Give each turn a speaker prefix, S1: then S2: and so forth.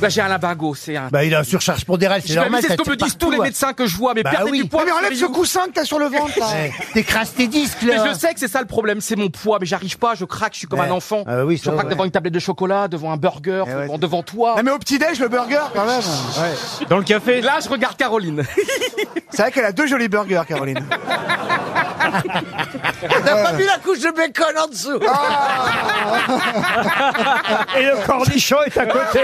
S1: Bah, j'ai un lumbago, c'est un.
S2: Bah, il a une surcharge pondérale, c'est
S1: Je- mais
S2: normal.
S1: c'est ce
S2: ça
S1: qu'on me
S2: tire
S1: disent tous les
S2: partout, hein.
S1: médecins que je vois, mais
S2: Bah
S1: perdez
S2: oui.
S1: du poids.
S3: Mais enlève
S1: sur
S3: ce
S1: les-
S3: coussin que t'as sur le ventre, là.
S2: Ouais. T'écrases tes disques,
S1: Mais
S2: là.
S1: je sais que c'est ça le problème, c'est mon poids, mais j'arrive pas, je craque, je suis comme
S2: Ouais.
S1: un enfant.
S2: Ah oui,
S1: je
S2: ça,
S1: craque
S2: ouais.
S1: devant une tablette de chocolat, devant un burger,
S3: Eh ouais,
S1: devant,
S3: c'est-
S1: devant toi.
S3: Non, mais au petit-déj, le burger, quand même. Ouais.
S4: Dans le café
S1: Et là, je regarde Caroline.
S3: C'est vrai qu'elle a deux jolis burgers, Caroline.
S5: T'as pas vu la couche de bacon en dessous
S4: Et le cornichon est à côté